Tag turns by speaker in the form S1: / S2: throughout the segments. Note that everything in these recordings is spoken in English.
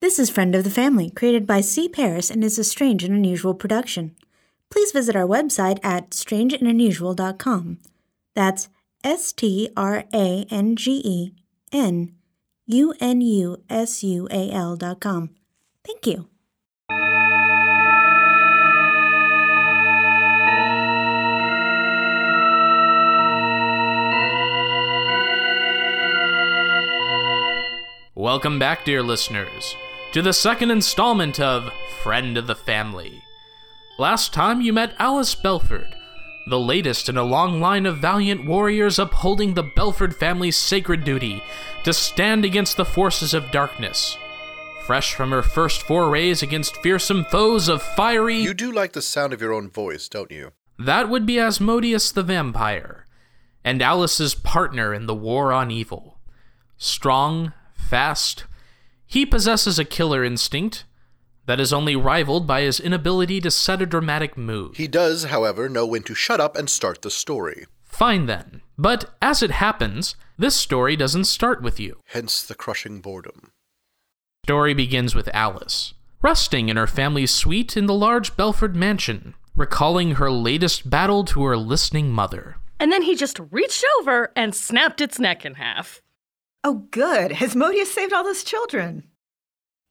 S1: This is Friend of the Family, created by C. Paris and is a strange and unusual production. Please visit our website at strangeandunusual.com. That's S T R A N G E N U N U S U A L dot com. Thank you.
S2: Welcome back, dear listeners, to the second installment of Friend of the Family. Last time you met Alice Belford, the latest in a long line of valiant warriors upholding the Belford family's sacred duty to stand against the forces of darkness. Fresh from her first forays against fearsome foes of fiery.
S3: You do like the sound of your own voice, don't you?
S2: That would be Asmodeus the vampire, and Alice's partner in the war on evil. Strong, fast, he possesses a killer instinct that is only rivaled by his inability to set a dramatic mood.
S3: He does, however, know when to shut up and start the story.
S2: Fine then, but as it happens, this story doesn't start with you.
S3: Hence the crushing boredom.
S2: Story begins with Alice, resting in her family's suite in the large Belford mansion, recalling her latest battle to her listening mother.
S4: And then he just reached over and snapped its neck in half.
S5: Oh, good. Asmodeus saved all those children.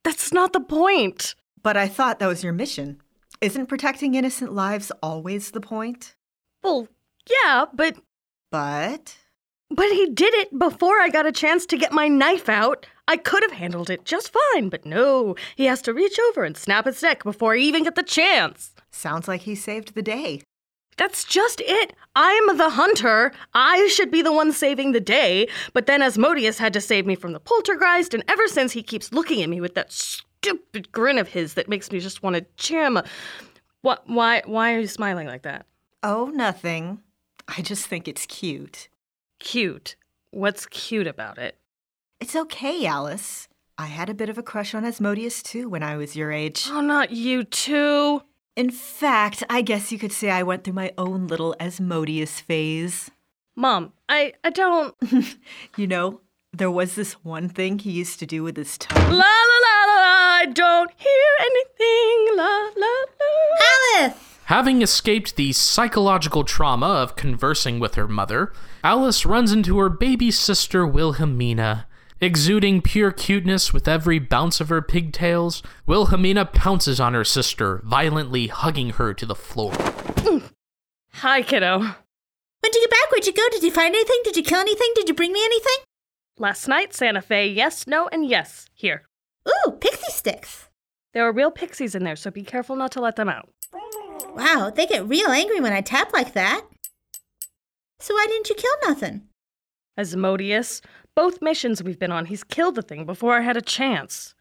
S4: That's not the point.
S5: But I thought that was your mission. Isn't protecting innocent lives always the point?
S4: Well, yeah, but
S5: But
S4: but he did it before I got a chance to get my knife out. I could have handled it just fine, but no. He has to reach over and snap its neck before I even get the chance.
S5: sounds like he saved the day.
S4: That's just it. I'm the hunter. I should be the one saving the day. But then Asmodeus had to save me from the poltergeist, and ever since he keeps looking at me with that stupid grin of his that makes me just want to cheer him. What? Why? Why are you smiling like that?
S5: Oh, nothing. I just think it's cute.
S4: Cute. What's cute about it?
S5: It's okay, Alice. I had a bit of a crush on Asmodeus too when I was your age.
S4: Oh, not you too.
S5: In fact, I guess you could say I went through my own little Asmodeus phase.
S4: Mom, I, I don't.
S5: You know, there was this one thing he used to do with his tongue.
S4: La la la la, la I don't hear anything. La la
S1: Alice!
S2: Having escaped the psychological trauma of conversing with her mother, Alice runs into her baby sister Wilhelmina. Exuding pure cuteness with every bounce of her pigtails, Wilhelmina pounces on her sister, violently hugging her to the floor.
S4: la. Hi, kiddo.
S1: When'd you get back? Where'd you go? Did you find anything? Did you kill anything? Did you bring me anything?
S4: Last night, Santa Fe, yes, no, and yes. Here.
S1: Ooh, pixie sticks.
S4: There are real pixies in there, so be careful not to let them out.
S1: Wow, they get real angry when I tap like that. So why didn't you kill nothing?
S4: Asmodeus, both missions we've been on, he's killed the thing before I had a chance.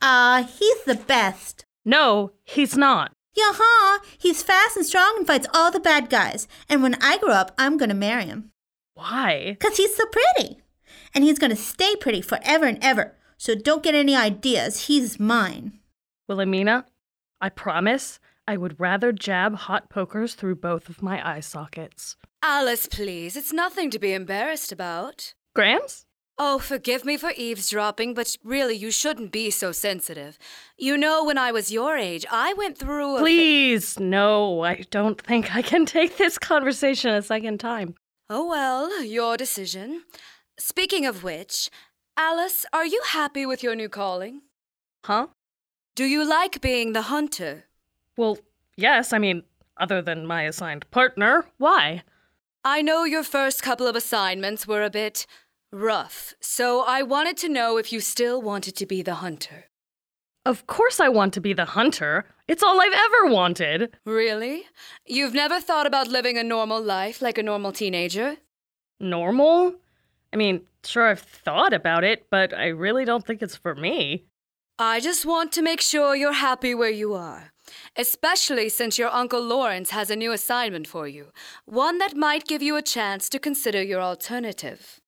S1: Ah, he's the best.
S4: No, he's not.
S1: Yeah, huh? He's fast and strong and fights all the bad guys. And when I grow up, I'm gonna marry him.
S4: Why?
S1: Because he's so pretty. And he's going to stay pretty forever and ever. So don't get any ideas. He's mine.
S4: Wilhelmina, I promise I would rather jab hot pokers through both of my eye sockets.
S6: Alice, please, it's nothing to be embarrassed about.
S4: Grams?
S6: Oh, forgive me for eavesdropping, but really, you shouldn't be so sensitive. You know, when I was your age, I went through a. fa-
S4: Please, no, I don't think I can take this conversation a second time.
S6: oh, well, your decision. Speaking of which, Alice, are you happy with your new calling?
S4: Huh?
S6: Do you like being the hunter?
S4: Well, yes, I mean, other than my assigned partner, why?
S6: I know your first couple of assignments were a bit rough, so I wanted to know if you still wanted to be the hunter.
S4: Of course I want to be the hunter. It's all I've ever wanted.
S6: Really? You've never thought about living a normal life like a normal teenager?
S4: Normal? I mean, sure, I've thought about it, but I really don't think it's for me.
S6: I just want to make sure you're happy where you are, especially since your Uncle Lawrence has a new assignment for you, one that might give you a chance to consider your alternative.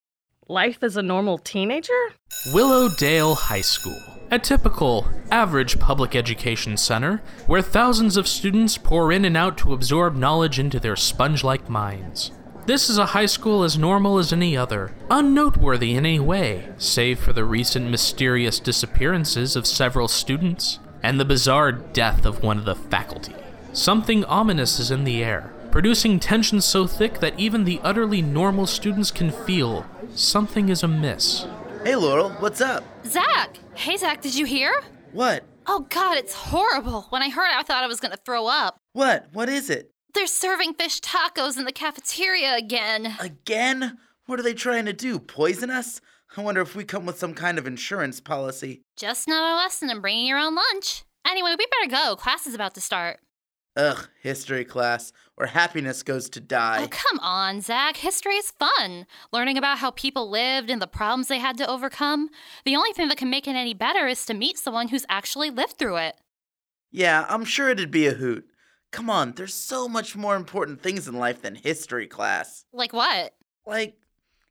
S4: Life as a normal teenager?
S2: Willowdale High School, a typical, average public education center where thousands of students pour in and out to absorb knowledge into their sponge like minds. This is a high school as normal as any other, unnoteworthy in any way, save for the recent mysterious disappearances of several students and the bizarre death of one of the faculty. Something ominous is in the air, producing tension so thick that even the utterly normal students can feel something is amiss.
S7: Hey, Laurel, what's up?
S8: Zach! Hey, Zach, did you hear?
S7: What?
S8: Oh, God, it's horrible. When I heard it, I thought I was going to throw up.
S7: What? What is it?
S8: They're serving fish tacos in the cafeteria again.
S7: Again? What are they trying to do? Poison us? I wonder if we come with some kind of insurance policy.
S8: Just another lesson in bringing your own lunch. Anyway, we better go. Class is about to start.
S7: Ugh, history class, where happiness goes to die.
S8: Oh, come on, Zach. History is fun. Learning about how people lived and the problems they had to overcome. The only thing that can make it any better is to meet someone who's actually lived through it.
S7: Yeah, I'm sure it'd be a hoot. Come on, there's so much more important things in life than history class.
S8: Like what?
S7: Like,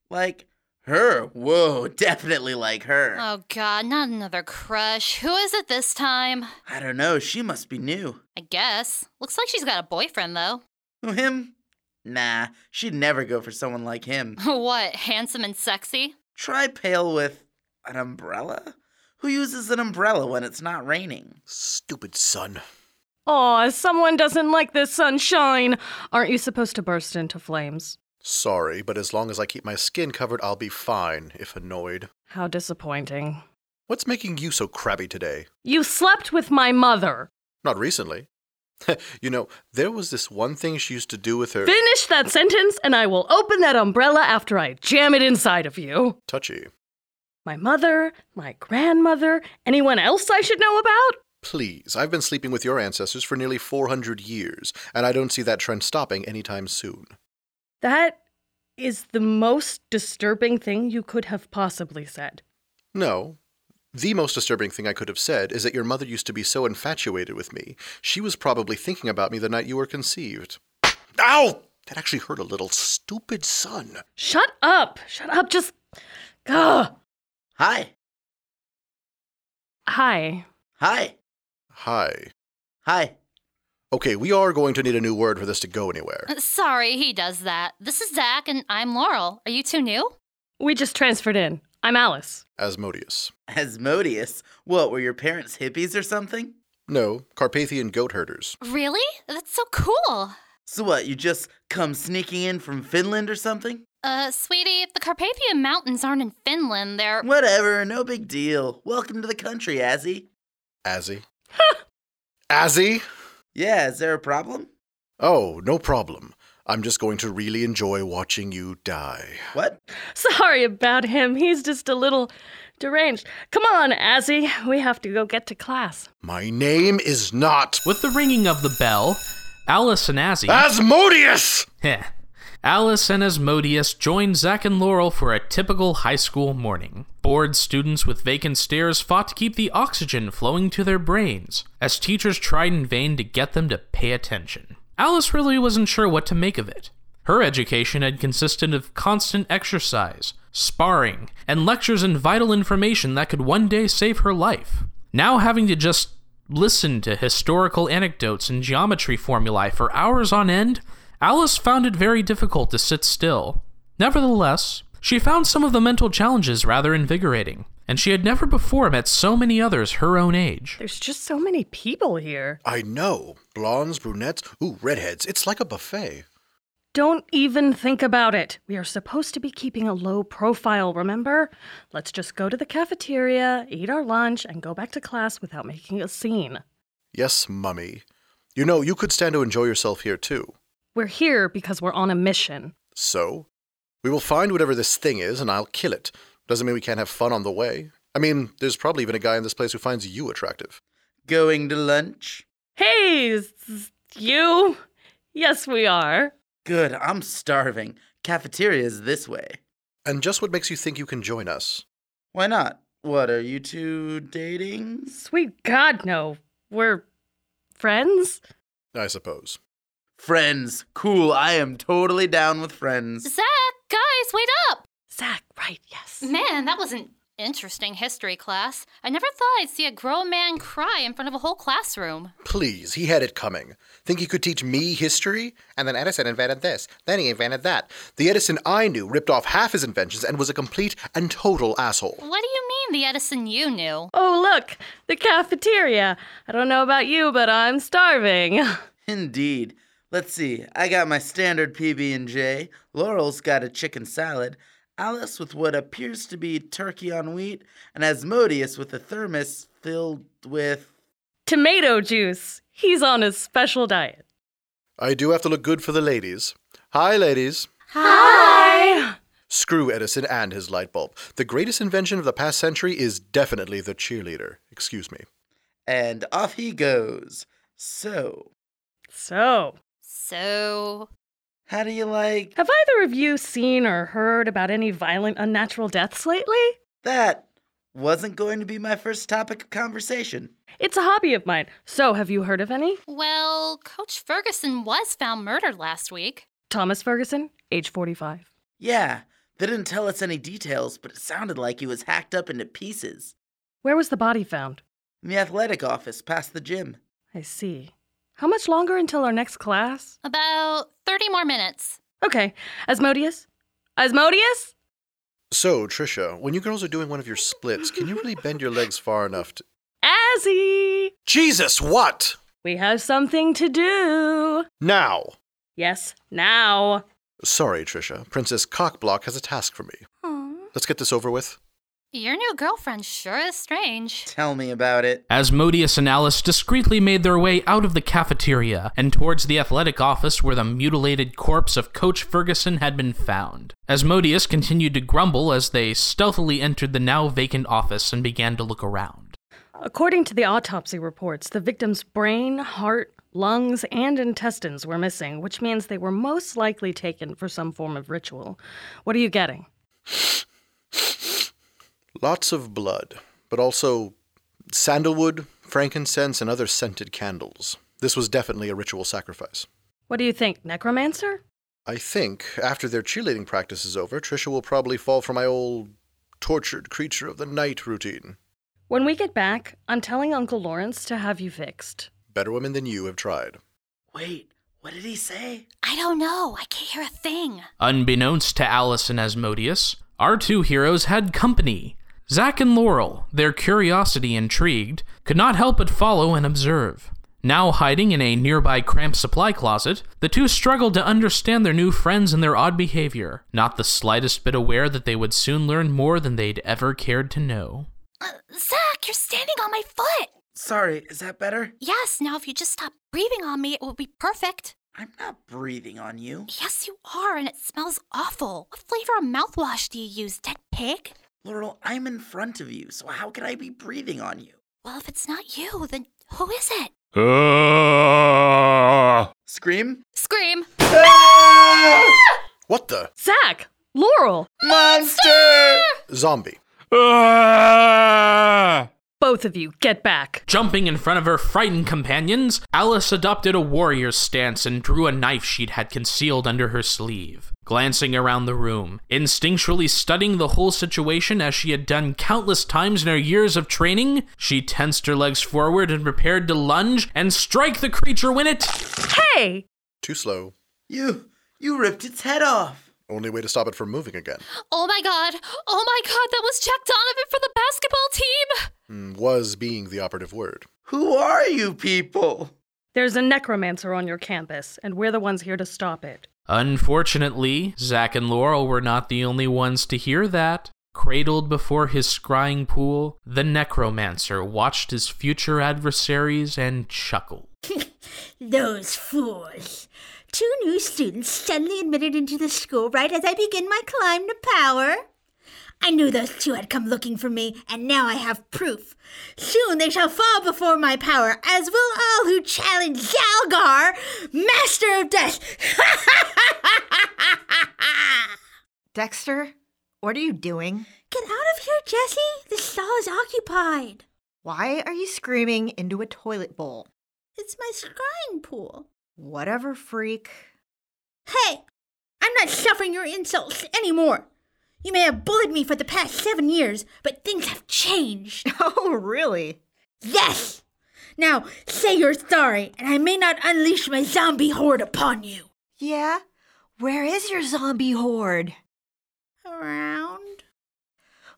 S7: like her. Whoa, definitely like her.
S8: Oh, God, not another crush. Who is it this time?
S7: I don't know, she must be new.
S8: I guess. Looks like she's got a boyfriend, though.
S7: Who, him? Nah, she'd never go for someone like him.
S8: what, handsome and sexy?
S7: Try pale with an umbrella? Who uses an umbrella when it's not raining?
S3: Stupid son.
S4: Aw, someone doesn't like this sunshine. Aren't you supposed to burst into flames?
S3: Sorry, but as long as I keep my skin covered, I'll be fine, if annoyed.
S4: How disappointing.
S3: What's making you so crabby today?
S4: You slept with my mother.
S3: Not recently. you know, there was this one thing she used to do with her.
S4: Finish that sentence, and I will open that umbrella after I jam it inside of you.
S3: Touchy.
S4: My mother, my grandmother, anyone else I should know about?
S3: Please, I've been sleeping with your ancestors for nearly 400 years, and I don't see that trend stopping anytime soon.
S4: That is the most disturbing thing you could have possibly said.
S3: No. The most disturbing thing I could have said is that your mother used to be so infatuated with me. She was probably thinking about me the night you were conceived. Ow! That actually hurt a little. Stupid son.
S4: Shut up! Shut up! Just. Ugh.
S7: Hi,
S4: Hi.
S7: hi,
S3: Hi.
S7: hi.
S3: Okay, we are going to need a new word for this to go anywhere.
S8: Uh, Sorry, he does that. This is Zach, and I'm Laurel. Are you two new?
S4: We just transferred in. I'm Alice.
S3: Asmodeus.
S7: Asmodeus? What, were your parents hippies or something?
S3: No, Carpathian goat herders.
S8: Really? That's so cool.
S7: So what, you just come sneaking in from Finland or something?
S8: Uh, sweetie, the Carpathian Mountains aren't in Finland. They're.
S7: Whatever, no big deal. Welcome to the country, Azzy.
S3: Azzy. Azzy?
S7: Yeah, is there a problem?
S3: Oh, no problem. I'm just going to really enjoy watching you die.
S7: What?
S4: Sorry about him. He's just a little deranged. Come on, Azzy. We have to go get to class.
S3: My name is not
S2: With the ringing of the bell, Alice and Azzy.
S3: Asmodeus!
S2: Heh. Alice and Asmodeus join Zack and Laurel for a typical high school morning. Bored students with vacant stares fought to keep the oxygen flowing to their brains, as teachers tried in vain to get them to pay attention. Alice really wasn't sure what to make of it. Her education had consisted of constant exercise, sparring, and lectures in vital information that could one day save her life. Now having to just listen to historical anecdotes and geometry formulae for hours on end, Alice found it very difficult to sit still. Nevertheless, she found some of the mental challenges rather invigorating, and she had never before met so many others her own age.
S4: There's just so many people here.
S3: I know. Blondes, brunettes, ooh, redheads. It's like a buffet.
S4: Don't even think about it. We are supposed to be keeping a low profile, remember? Let's just go to the cafeteria, eat our lunch, and go back to class without making a scene.
S3: Yes, mummy. You know, you could stand to enjoy yourself here too.
S4: We're here because we're on a mission.
S3: So? We will find whatever this thing is and I'll kill it. Doesn't mean we can't have fun on the way. I mean, there's probably even a guy in this place who finds you attractive.
S7: Going to lunch?
S4: Hey, s- you? Yes, we are.
S7: Good, I'm starving. Cafeteria's this way.
S3: And just what makes you think you can join us?
S7: Why not? What, are you two dating?
S4: Sweet God, no. We're friends?
S3: I suppose.
S7: Friends. Cool, I am totally down with friends.
S8: Zach, guys, wait up!
S4: Zach, right, yes.
S8: Man, that wasn't Interesting history class. I never thought I'd see a grown man cry in front of a whole classroom.
S3: Please, he had it coming. Think he could teach me history? And then Edison invented this. Then he invented that. The Edison I knew ripped off half his inventions and was a complete and total asshole.
S8: What do you mean the Edison you knew?
S4: Oh, look, the cafeteria. I don't know about you, but I'm starving.
S7: Indeed. Let's see. I got my standard PB and J. Laurel's got a chicken salad. Alice with what appears to be turkey on wheat, and Asmodeus with a thermos filled with.
S4: Tomato juice. He's on his special diet.
S3: I do have to look good for the ladies. Hi, ladies.
S4: Hi.
S3: Screw Edison and his light bulb. The greatest invention of the past century is definitely the cheerleader. Excuse me.
S7: And off he goes. So,
S4: So,
S8: So,
S7: how do you like
S4: have either of you seen or heard about any violent, unnatural deaths lately?
S7: that? Wasn't going to be my first topic of conversation.
S4: It's a hobby of mine. So, have you heard of any?
S8: well, Coach Ferguson was found murdered last week.
S4: Thomas Ferguson, age 45.
S7: Yeah, they didn't tell us any details, but it sounded like he was hacked up into pieces
S4: Where was the body found?
S7: in the athletic office past the gym.
S4: I see. How much longer until our next class?
S8: About 30 more minutes.
S4: Okay, Asmodeus? Asmodeus?
S3: So, Trisha, when you girls are doing one of your splits, can you really bend your legs far enough to.
S4: Azzy!
S3: Jesus, what?
S4: We have something to do.
S3: Now!
S4: Yes, now.
S3: Sorry, Trisha. Princess Cockblock has a task for me. Let's get this over with.
S8: Your new girlfriend sure is strange.
S7: Tell me about it.
S2: Asmodeus and Alice discreetly made their way out of the cafeteria and towards the athletic office where the mutilated corpse of Coach Ferguson had been found. Asmodeus continued to grumble as they stealthily entered the now vacant office and began to look around.
S4: According to the autopsy reports, the victim's brain, heart, lungs, and intestines were missing, which means they were most likely taken for some form of ritual. What are you getting?
S3: Lots of blood, but also sandalwood, frankincense, and other scented candles. This was definitely a ritual sacrifice.
S4: What do you think, necromancer?
S3: I think after their cheerleading practice is over, Trisha will probably fall for my old tortured creature of the night routine.
S4: When we get back, I'm telling Uncle Lawrence to have you fixed.
S3: Better women than you have tried.
S7: Wait, what did he say?
S8: I don't know. I can't hear a thing.
S2: Unbeknownst to Alice and Asmodeus, our two heroes had company. Zack and Laurel, their curiosity intrigued, could not help but follow and observe. Now hiding in a nearby cramped supply closet, the two struggled to understand their new friends and their odd behavior, not the slightest bit aware that they would soon learn more than they'd ever cared to know.
S8: Uh, Zach, you're standing on my foot.
S7: Sorry, is that better?
S8: Yes, now if you just stop breathing on me, it will be perfect.
S7: I'm not breathing on you.
S8: Yes, you are, and it smells awful. What flavor of mouthwash do you use, dead pig?
S7: Laurel, I'm in front of you, so how could I be breathing on you?
S8: Well, if it's not you, then who is it?
S7: Scream?
S8: Scream!
S3: What the?
S4: Zach! Laurel!
S7: Monster!
S3: Zombie.
S4: Both of you, get back.
S2: Jumping in front of her frightened companions, Alice adopted a warrior's stance and drew a knife she'd had concealed under her sleeve. Glancing around the room, instinctually studying the whole situation as she had done countless times in her years of training, she tensed her legs forward and prepared to lunge and strike the creature when it.
S4: Hey!
S3: Too slow.
S7: You, you ripped its head off.
S3: Only way to stop it from moving again.
S8: Oh my god! Oh my god, that was Jack Donovan for the basketball team!
S3: Mm, Was being the operative word.
S7: Who are you people?
S4: There's a necromancer on your campus, and we're the ones here to stop it.
S2: Unfortunately, Zack and Laurel were not the only ones to hear that. Cradled before his scrying pool, the necromancer watched his future adversaries and chuckled.
S9: Those fools. Two new students suddenly admitted into the school right as I begin my climb to power. I knew those two had come looking for me, and now I have proof. Soon they shall fall before my power, as will all who challenge Zalgar, Master of Death.
S5: Dexter, what are you doing?
S9: Get out of here, Jesse. The stall is occupied.
S5: Why are you screaming into a toilet bowl?
S9: It's my scrying pool.
S5: Whatever, freak.
S9: Hey, I'm not suffering your insults anymore. You may have bullied me for the past seven years, but things have changed.
S5: Oh, really?
S9: Yes! Now, say you're sorry, and I may not unleash my zombie horde upon you.
S5: Yeah? Where is your zombie horde?
S9: Around?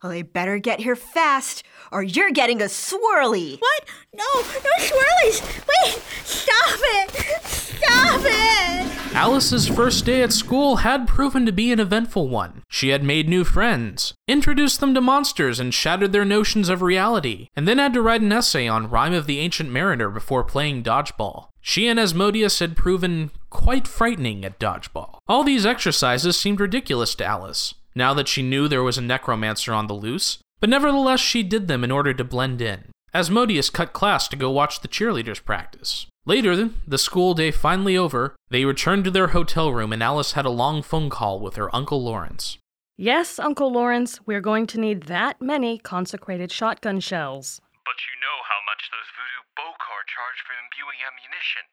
S5: Well, they better get here fast, or you're getting a swirly.
S9: What? No, no swirlies! Wait! Stop it! Stop it!
S2: Alice's first day at school had proven to be an eventful one. She had made new friends, introduced them to monsters, and shattered their notions of reality, and then had to write an essay on Rhyme of the Ancient Mariner before playing dodgeball. She and Asmodeus had proven quite frightening at dodgeball. All these exercises seemed ridiculous to Alice, now that she knew there was a necromancer on the loose, but nevertheless she did them in order to blend in. Asmodeus cut class to go watch the cheerleaders practice. Later, the school day finally over, they returned to their hotel room and Alice had a long phone call with her Uncle Lawrence.
S4: Yes, Uncle Lawrence, we're going to need that many consecrated shotgun shells.
S10: But you know how much those voodoo Bokar charge for imbuing ammunition.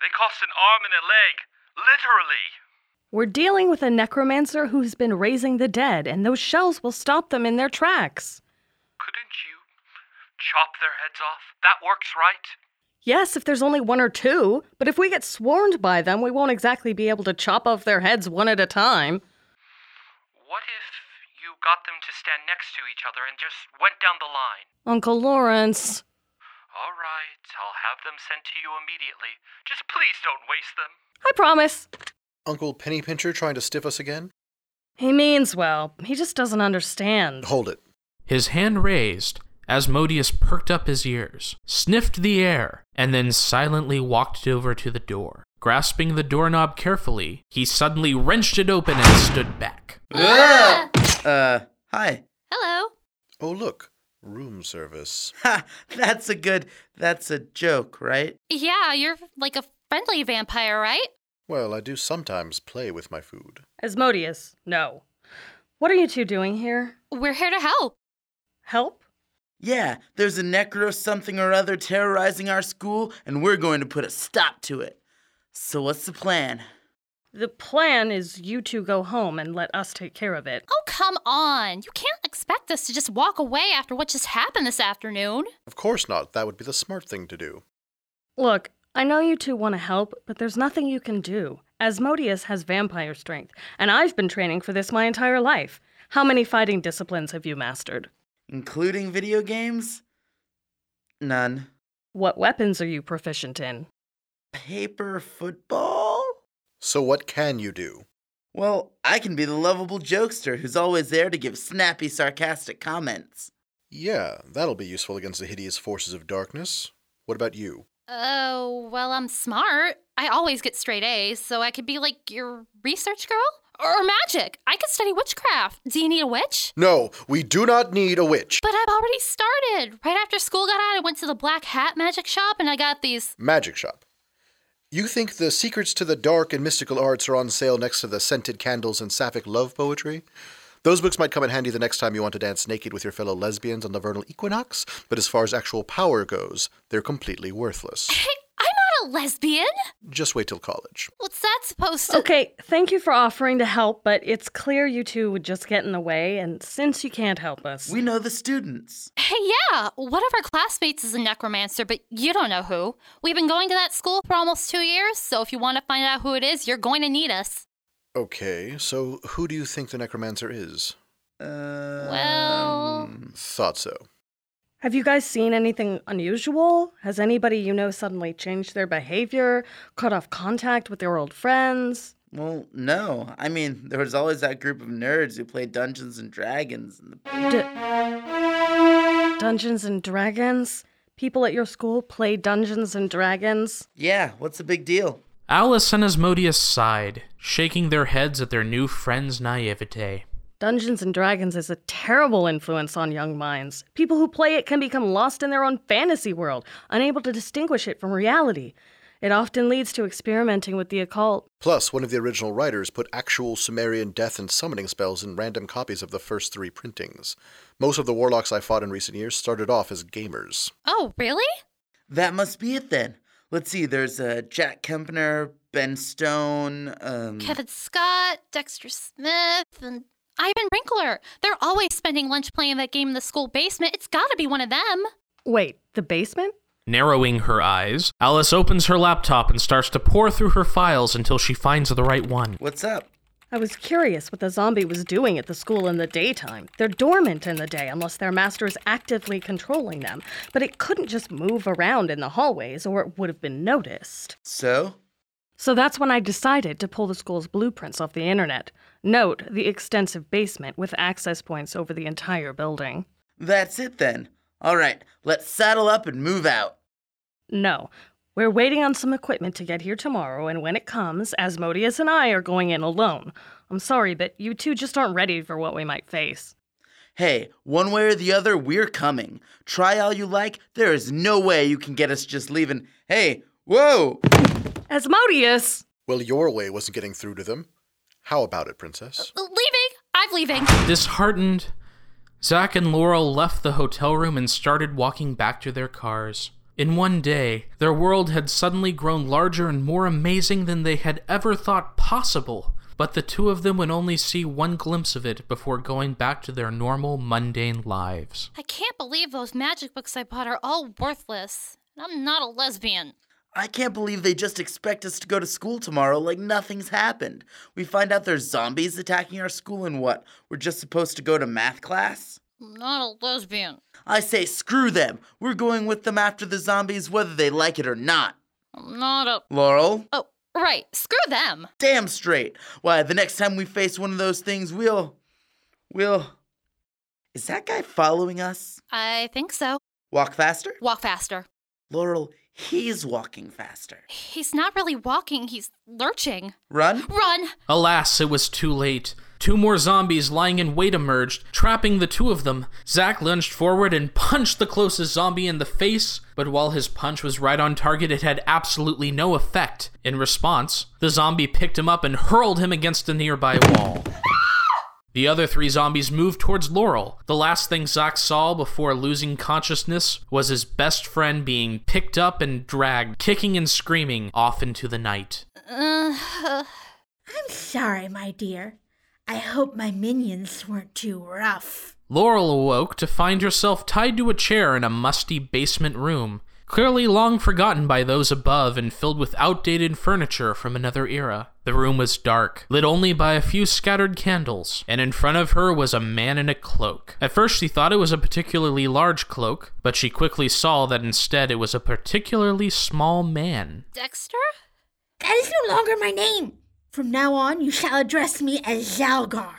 S10: They cost an arm and a leg, literally.
S4: We're dealing with a necromancer who's been raising the dead, and those shells will stop them in their tracks.
S10: Couldn't you chop their heads off? That works, right?
S4: Yes, if there's only one or two, but if we get swarmed by them, we won't exactly be able to chop off their heads one at a time.
S10: What if you got them to stand next to each other and just went down the line?
S4: Uncle Lawrence.
S10: All right, I'll have them sent to you immediately. Just please don't waste them.
S4: I promise.
S3: Uncle Penny Pincher trying to stiff us again?
S4: He means well. He just doesn't understand.
S3: Hold it.
S2: His hand raised, Asmodeus perked up his ears, sniffed the air, and then silently walked over to the door. Grasping the doorknob carefully, he suddenly wrenched it open and stood back.
S7: Ah! Uh, hi.
S8: Hello.
S3: Oh, look. Room service.
S7: Ha, that's a good, that's a joke, right?
S8: Yeah, you're like a friendly vampire, right?
S3: Well, I do sometimes play with my food.
S4: Asmodeus, no. What are you two doing here?
S8: We're here to help.
S4: Help?
S7: Yeah, there's a necro something or other terrorizing our school, and we're going to put a stop to it. So, what's the plan?
S4: The plan is you two go home and let us take care of it.
S8: Oh, come on. You can't expect us to just walk away after what just happened this afternoon.
S3: Of course not. That would be the smart thing to do.
S4: Look, I know you two want to help, but there's nothing you can do. Asmodeus has vampire strength, and I've been training for this my entire life. How many fighting disciplines have you mastered?
S7: Including video games? None.
S4: What weapons are you proficient in?
S7: Paper football?
S3: So, what can you do?
S7: Well, I can be the lovable jokester who's always there to give snappy, sarcastic comments.
S3: Yeah, that'll be useful against the hideous forces of darkness. What about you?
S8: Oh, well, I'm smart. I always get straight A's, so I could be like your research girl? Or magic. I could study witchcraft. Do you need a witch?
S3: No, we do not need a witch.
S8: But I've already started. Right after school got out, I went to the Black Hat Magic Shop and I got these.
S3: Magic Shop. You think the secrets to the dark and mystical arts are on sale next to the scented candles and sapphic love poetry? Those books might come in handy the next time you want to dance naked with your fellow lesbians on the vernal equinox, but as far as actual power goes, they're completely worthless.
S8: Hey, I'm not a lesbian.
S3: Just wait till college.
S8: What's that supposed to.
S4: Okay, thank you for offering to help, but it's clear you two would just get in the way, and since you can't help us,
S7: We know the students.
S8: Hey, yeah. One of our classmates is a necromancer, but you don't know who. We've been going to that school for almost two years, so if you want to find out who it is, you're going to need us.
S3: Okay, so who do you think the necromancer is?
S7: Uh,
S8: Well-
S3: Thought so.
S4: have you guys seen anything unusual? Has anybody you know suddenly changed their behavior, cut off contact with their old friends?
S7: Well, no. I mean, there was always that group of nerds who played Dungeons and Dragons and the
S4: D- Dungeons and Dragons? People at your school play Dungeons and Dragons?
S7: Yeah, what's the big deal?
S2: Alice and Asmodeus sighed, shaking their heads at their new friend's naivete.
S4: Dungeons and Dragons is a terrible influence on young minds. People who play it can become lost in their own fantasy world, unable to distinguish it from reality. It often leads to experimenting with the occult.
S3: Plus, one of the original writers put actual Sumerian death and summoning spells in random copies of the first three printings. Most of the warlocks I fought in recent years started off as gamers.
S8: Oh, really?
S7: That must be it then. Let's see, there's uh, Jack Kempner, Ben Stone, um,
S8: Kevin Scott, Dexter Smith, and Ivan Wrinkler. They're always spending lunch playing that game in the school basement. It's gotta be one of them.
S4: Wait, the basement?
S2: Narrowing her eyes, Alice opens her laptop and starts to pour through her files until she finds the right one.
S7: What's up?
S4: I was curious what the zombie was doing at the school in the daytime. They're dormant in the day unless their master is actively controlling them, but it couldn't just move around in the hallways or it would have been noticed.
S7: So?
S4: So that's when I decided to pull the school's blueprints off the internet. Note the extensive basement with access points over the entire building.
S7: That's it then. All right, let's saddle up and move out.
S4: No. We're waiting on some equipment to get here tomorrow, and when it comes, Asmodeus and I are going in alone. I'm sorry, but you two just aren't ready for what we might face.
S7: Hey, one way or the other, we're coming. Try all you like, there is no way you can get us just leaving. Hey, whoa!
S4: Asmodeus!
S3: Well, your way wasn't getting through to them. How about it, Princess?
S8: Leaving? I'm leaving.
S2: Disheartened, Zack and Laurel left the hotel room and started walking back to their cars. In one day, their world had suddenly grown larger and more amazing than they had ever thought possible, but the two of them would only see one glimpse of it before going back to their normal, mundane lives.
S8: I can't believe those magic books I bought are all worthless. And I'm not a lesbian.
S7: I can't believe they just expect us to go to school tomorrow like nothing's happened. We find out there's zombies attacking our school and what? We're just supposed to go to math class?
S8: I'm not a lesbian.
S7: I say screw them. We're going with them after the zombies whether they like it or not.
S8: I'm not a.
S7: Laurel?
S8: Oh, right. Screw them.
S7: Damn straight. Why, the next time we face one of those things, we'll. We'll. Is that guy following us?
S8: I think so.
S7: Walk faster?
S8: Walk faster.
S7: Laurel, he's walking faster.
S8: He's not really walking, he's lurching.
S7: Run?
S8: Run!
S2: Alas, it was too late. Two more zombies lying in wait emerged, trapping the two of them. Zack lunged forward and punched the closest zombie in the face, but while his punch was right on target, it had absolutely no effect. In response, the zombie picked him up and hurled him against a nearby wall. The other three zombies moved towards Laurel. The last thing Zack saw before losing consciousness was his best friend being picked up and dragged, kicking and screaming, off into the night.
S8: Uh,
S9: I'm sorry, my dear. I hope my minions weren't too rough.
S2: Laurel awoke to find herself tied to a chair in a musty basement room, clearly long forgotten by those above and filled with outdated furniture from another era. The room was dark, lit only by a few scattered candles, and in front of her was a man in a cloak. At first, she thought it was a particularly large cloak, but she quickly saw that instead it was a particularly small man.
S8: Dexter?
S9: That is no longer my name. From now on, you shall address me as Zalgar,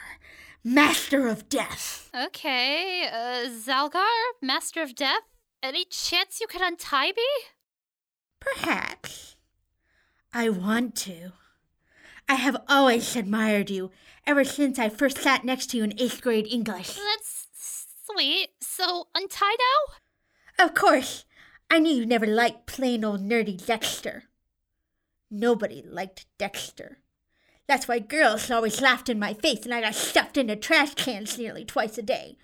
S9: Master of Death.
S8: Okay. Uh, Zalgar, Master of Death? Any chance you could untie me?
S9: Perhaps. I want to. I have always admired you, ever since I first sat next to you in eighth grade English.
S8: That's sweet. So, untie now?
S9: Of course, I knew you never liked plain old nerdy Dexter. Nobody liked Dexter. That's why girls always laughed in my face and I got stuffed into trash cans nearly twice a day.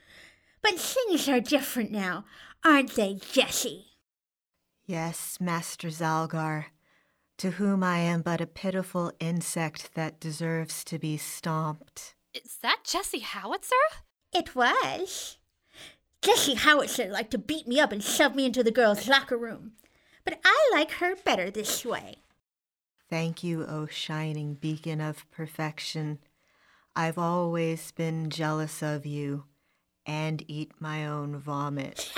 S9: But things are different now, aren't they, Jessie?
S5: Yes, Master Zalgar, to whom I am but a pitiful insect that deserves to be stomped.
S8: Is that Jesse Howitzer?
S9: It was. Jessie Howitzer liked to beat me up and shove me into the girls' locker room. But I like her better this way.
S5: Thank you, O shining beacon of perfection. I've always been jealous of you and eat my own vomit.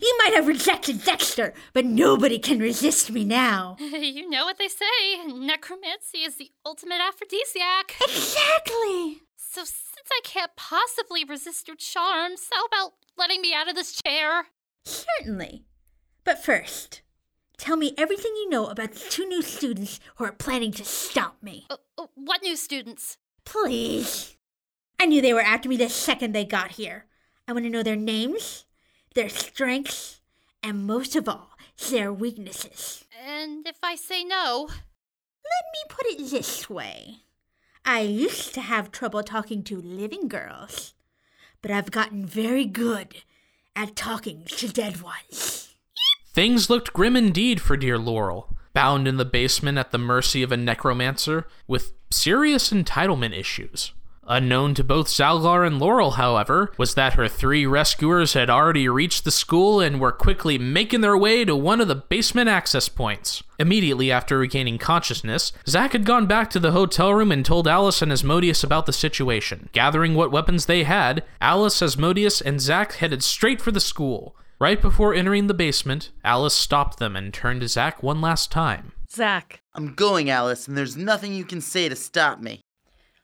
S9: you might have rejected Dexter, but nobody can resist me now.
S8: you know what they say necromancy is the ultimate aphrodisiac.
S9: Exactly.
S8: so, since I can't possibly resist your charms, how about letting me out of this chair?
S9: Certainly. But first, tell me everything you know about the two new students who are planning to stop me.
S8: Uh, uh, what new students?
S9: Please. I knew they were after me the second they got here. I want to know their names, their strengths, and most of all, their weaknesses.
S8: And if I say no,
S9: Let me put it this way I used to have trouble talking to living girls, but I've gotten very good at talking to dead ones.
S2: Things looked grim indeed for dear Laurel, bound in the basement at the mercy of a necromancer with serious entitlement issues. Unknown to both Zalgar and Laurel, however, was that her three rescuers had already reached the school and were quickly making their way to one of the basement access points. Immediately after regaining consciousness, Zack had gone back to the hotel room and told Alice and Asmodeus about the situation. Gathering what weapons they had, Alice, Asmodeus, and Zack headed straight for the school. Right before entering the basement, Alice stopped them and turned to Zack one last time.
S4: Zach,
S7: I'm going, Alice, and there's nothing you can say to stop me.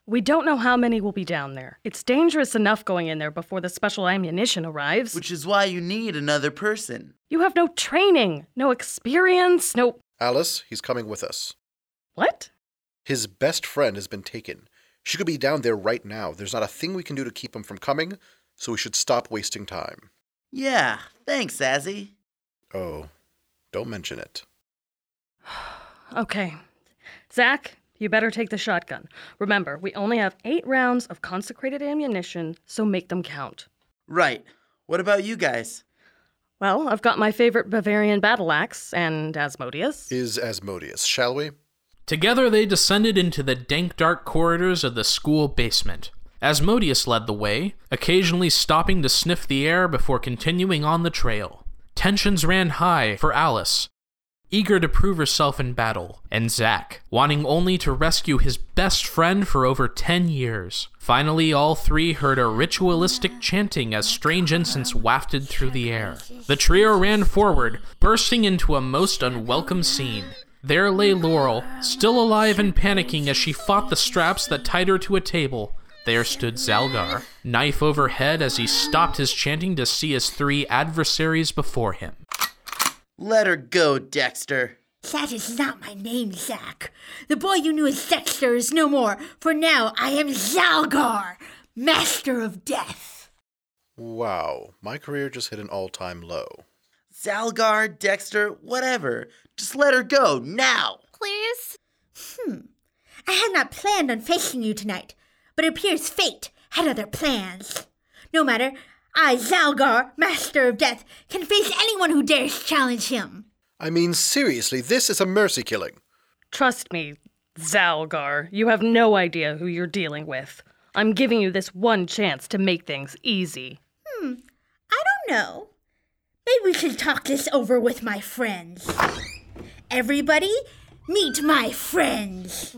S4: we don't know how many will be down there. It's dangerous enough going in there before the special ammunition arrives.
S7: Which is why you need another person.
S4: you have no training, no experience, no.
S3: Alice, he's coming with us.
S4: What?
S3: His best friend has been taken. She could be down there right now. There's not a thing we can do to keep him from coming, so we should stop wasting time.
S7: Yeah, thanks, Azzy.
S3: Oh, don't mention it.
S4: Okay. Zach, you better take the shotgun. Remember, we only have eight rounds of consecrated ammunition, so make them count.
S7: Right. What about you guys?
S4: Well, I've got my favorite Bavarian battle axe and Asmodeus.
S3: Is Asmodeus, shall we?
S2: Together they descended into the dank dark corridors of the school basement. Asmodeus led the way, occasionally stopping to sniff the air before continuing on the trail. Tensions ran high for Alice, eager to prove herself in battle, and Zack, wanting only to rescue his best friend for over 10 years. Finally, all three heard a ritualistic chanting as strange incense wafted through the air. The trio ran forward, bursting into a most unwelcome scene. There lay Laurel, still alive and panicking as she fought the straps that tied her to a table. There stood Zalgar, knife overhead as he stopped his chanting to see his three adversaries before him.
S7: Let her go, Dexter.
S9: That is not my name, Zack. The boy you knew as Dexter is no more, for now I am Zalgar, Master of Death.
S3: Wow, my career just hit an all time low.
S7: Zalgar, Dexter, whatever. Just let her go now.
S8: Please?
S9: Hmm. I had not planned on facing you tonight, but it appears fate had other plans. No matter, I, Zalgar, Master of Death, can face anyone who dares challenge him.
S3: I mean, seriously, this is a mercy killing.
S4: Trust me, Zalgar, you have no idea who you're dealing with. I'm giving you this one chance to make things easy.
S9: I don't know. Maybe we should talk this over with my friends. Everybody, meet my friends.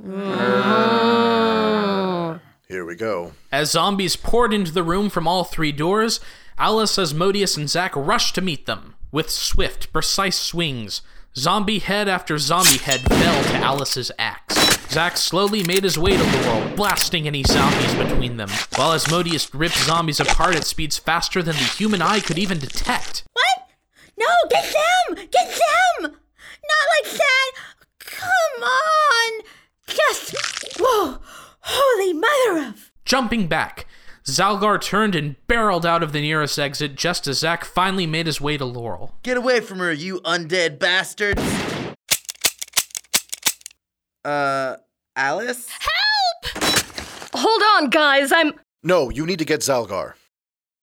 S3: Here we go.
S2: As zombies poured into the room from all three doors, Alice, Asmodeus, and Zack rushed to meet them. With swift, precise swings, zombie head after zombie head fell to Alice's axe. Zack slowly made his way to Laurel, blasting any zombies between them, while Asmodeus ripped zombies apart at speeds faster than the human eye could even detect.
S9: What? No, get them! Get them! Not like that! Come on! Just. Whoa! Holy mother of.
S2: Jumping back, Zalgar turned and barreled out of the nearest exit just as Zack finally made his way to Laurel.
S7: Get away from her, you undead bastards. Uh, Alice?
S4: Hold on, guys, I'm.
S3: No, you need to get Zalgar.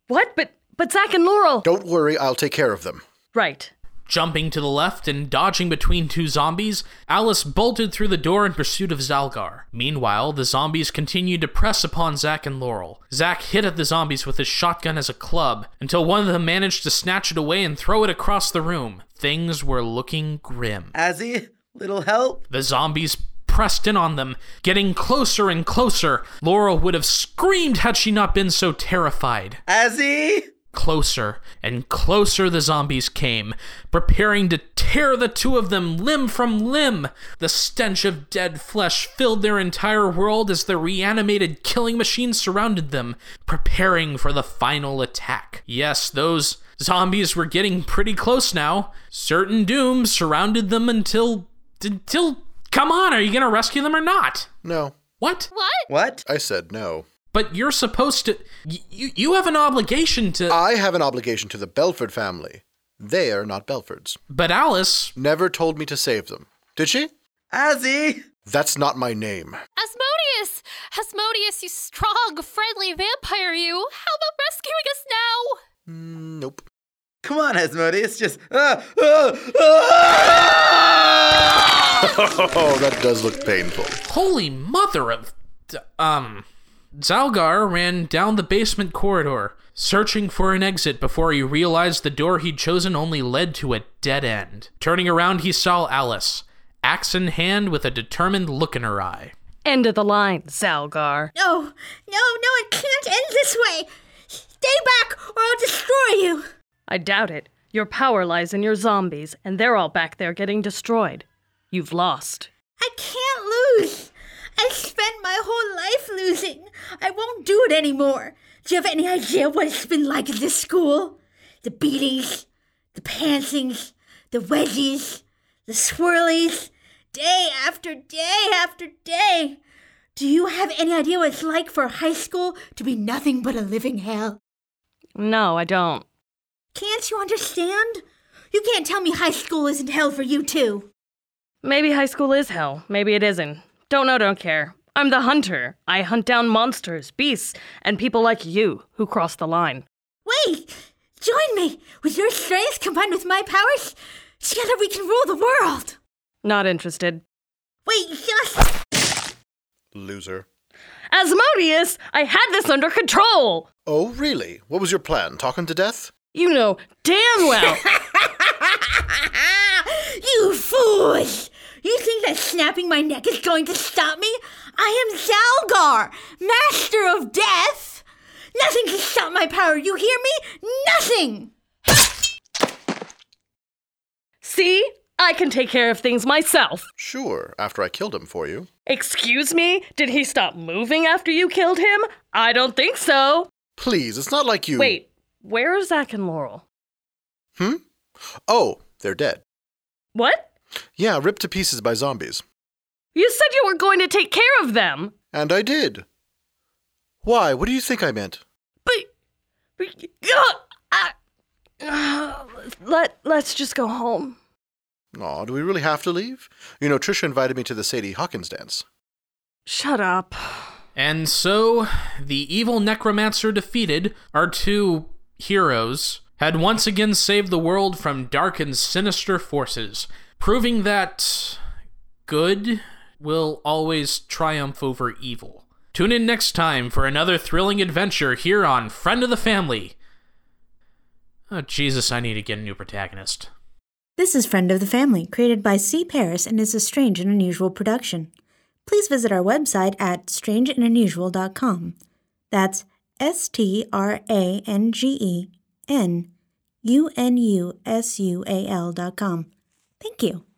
S4: What? But. But Zach and Laurel.
S3: Don't worry, I'll take care of them.
S4: Right.
S2: Jumping to the left and dodging between two zombies, Alice bolted through the door in pursuit of Zalgar. Meanwhile, the zombies continued to press upon Zack and Laurel. Zack hit at the zombies with his shotgun as a club until one of them managed to snatch it away and throw it across the room. Things were looking grim.
S7: Azzy, little help?
S2: The zombies pressed in on them, getting closer and closer. Laurel would have screamed had she not been so terrified.
S7: Azzy?
S2: Closer and closer the zombies came, preparing to tear the two of them limb from limb. The stench of dead flesh filled their entire world as the reanimated killing machine surrounded them, preparing for the final attack. Yes, those zombies were getting pretty close now. Certain doom surrounded them until. until. Come on, are you gonna rescue them or not?
S3: No,
S2: What?
S8: What?
S7: What?
S3: I said no.
S2: But you're supposed to. y- You, you have an obligation to.
S3: I have an obligation to the Belford family. They are not Belfords.
S2: but Alice.
S3: Never told me to save them. Did she?
S7: Azzy?
S3: That's not my name.
S8: Asmodeus! Asmodeus, you strong, friendly vampire, you! How about rescuing us now?
S3: Nope.
S7: Come on, Asmodeus, just. ah, ah, ah! uh!
S3: Oh, that does look painful.
S2: Holy mother of. d- Um. Zalgar ran down the basement corridor, searching for an exit before he realized the door he'd chosen only led to a dead end. Turning around, he saw Alice, axe in hand with a determined look in her eye.
S4: End of the line, Zalgar.
S9: No, no, no, it can't end this way. Stay back or I'll destroy you.
S4: I doubt it. Your power lies in your zombies, and they're all back there getting destroyed. You've lost.
S9: I can't lose. I spent my whole life losing. I won't do it anymore. Do you have any idea what it's been like at this school? The beatings, the pantsings, the wedgies, the swirlies, day after day after day. Do you have any idea what it's like for high school to be nothing but a living hell?
S4: No, I don't.
S9: Can't you understand? You can't tell me high school isn't hell for you, too.
S4: Maybe high school is hell. Maybe it isn't. Don't know, don't care. I'm the hunter. I hunt down monsters, beasts, and people like you who cross the line.
S9: Wait! Join me! With your strength combined with my powers, together we can rule the world!
S4: Not interested.
S9: Wait, just.
S3: Loser.
S4: Asmodeus, I had this under control!
S3: Oh, really? What was your plan? Talk him to death?
S4: You know damn well.
S9: you fools! You think that snapping my neck is going to stop me? I am Zalgar, master of death! Nothing can stop my power, you hear me? Nothing!
S4: See? I can take care of things myself.
S3: Sure, after I killed him for you.
S4: Excuse me? Did he stop moving after you killed him? I don't think so.
S3: Please, it's not like you.
S4: Wait, where are Zack and Laurel?
S3: Hmm? Oh, they're dead.
S4: What?
S3: Yeah, ripped to pieces by zombies.
S4: You said you were going to take care of them.
S3: And I did. Why? What do you think I meant?
S4: But, but ugh, I- ugh, uh, let let's just go home.
S3: Aw, do we really have to leave? You know, Trisha invited me to the Sadie Hawkins dance.
S4: Shut up.
S2: And so, the evil necromancer defeated, our two heroes had once again saved the world from dark and sinister forces, proving that good will always triumph over evil. Tune in next time for another thrilling adventure here on Friend of the Family. Oh, Jesus, I need to get a new protagonist.
S1: This is Friend of the Family, created by C. Paris and is a strange and unusual production. Please visit our website at strangeandunusual.com. That's S T R A N G E N U N U S U A L.com. Thank you.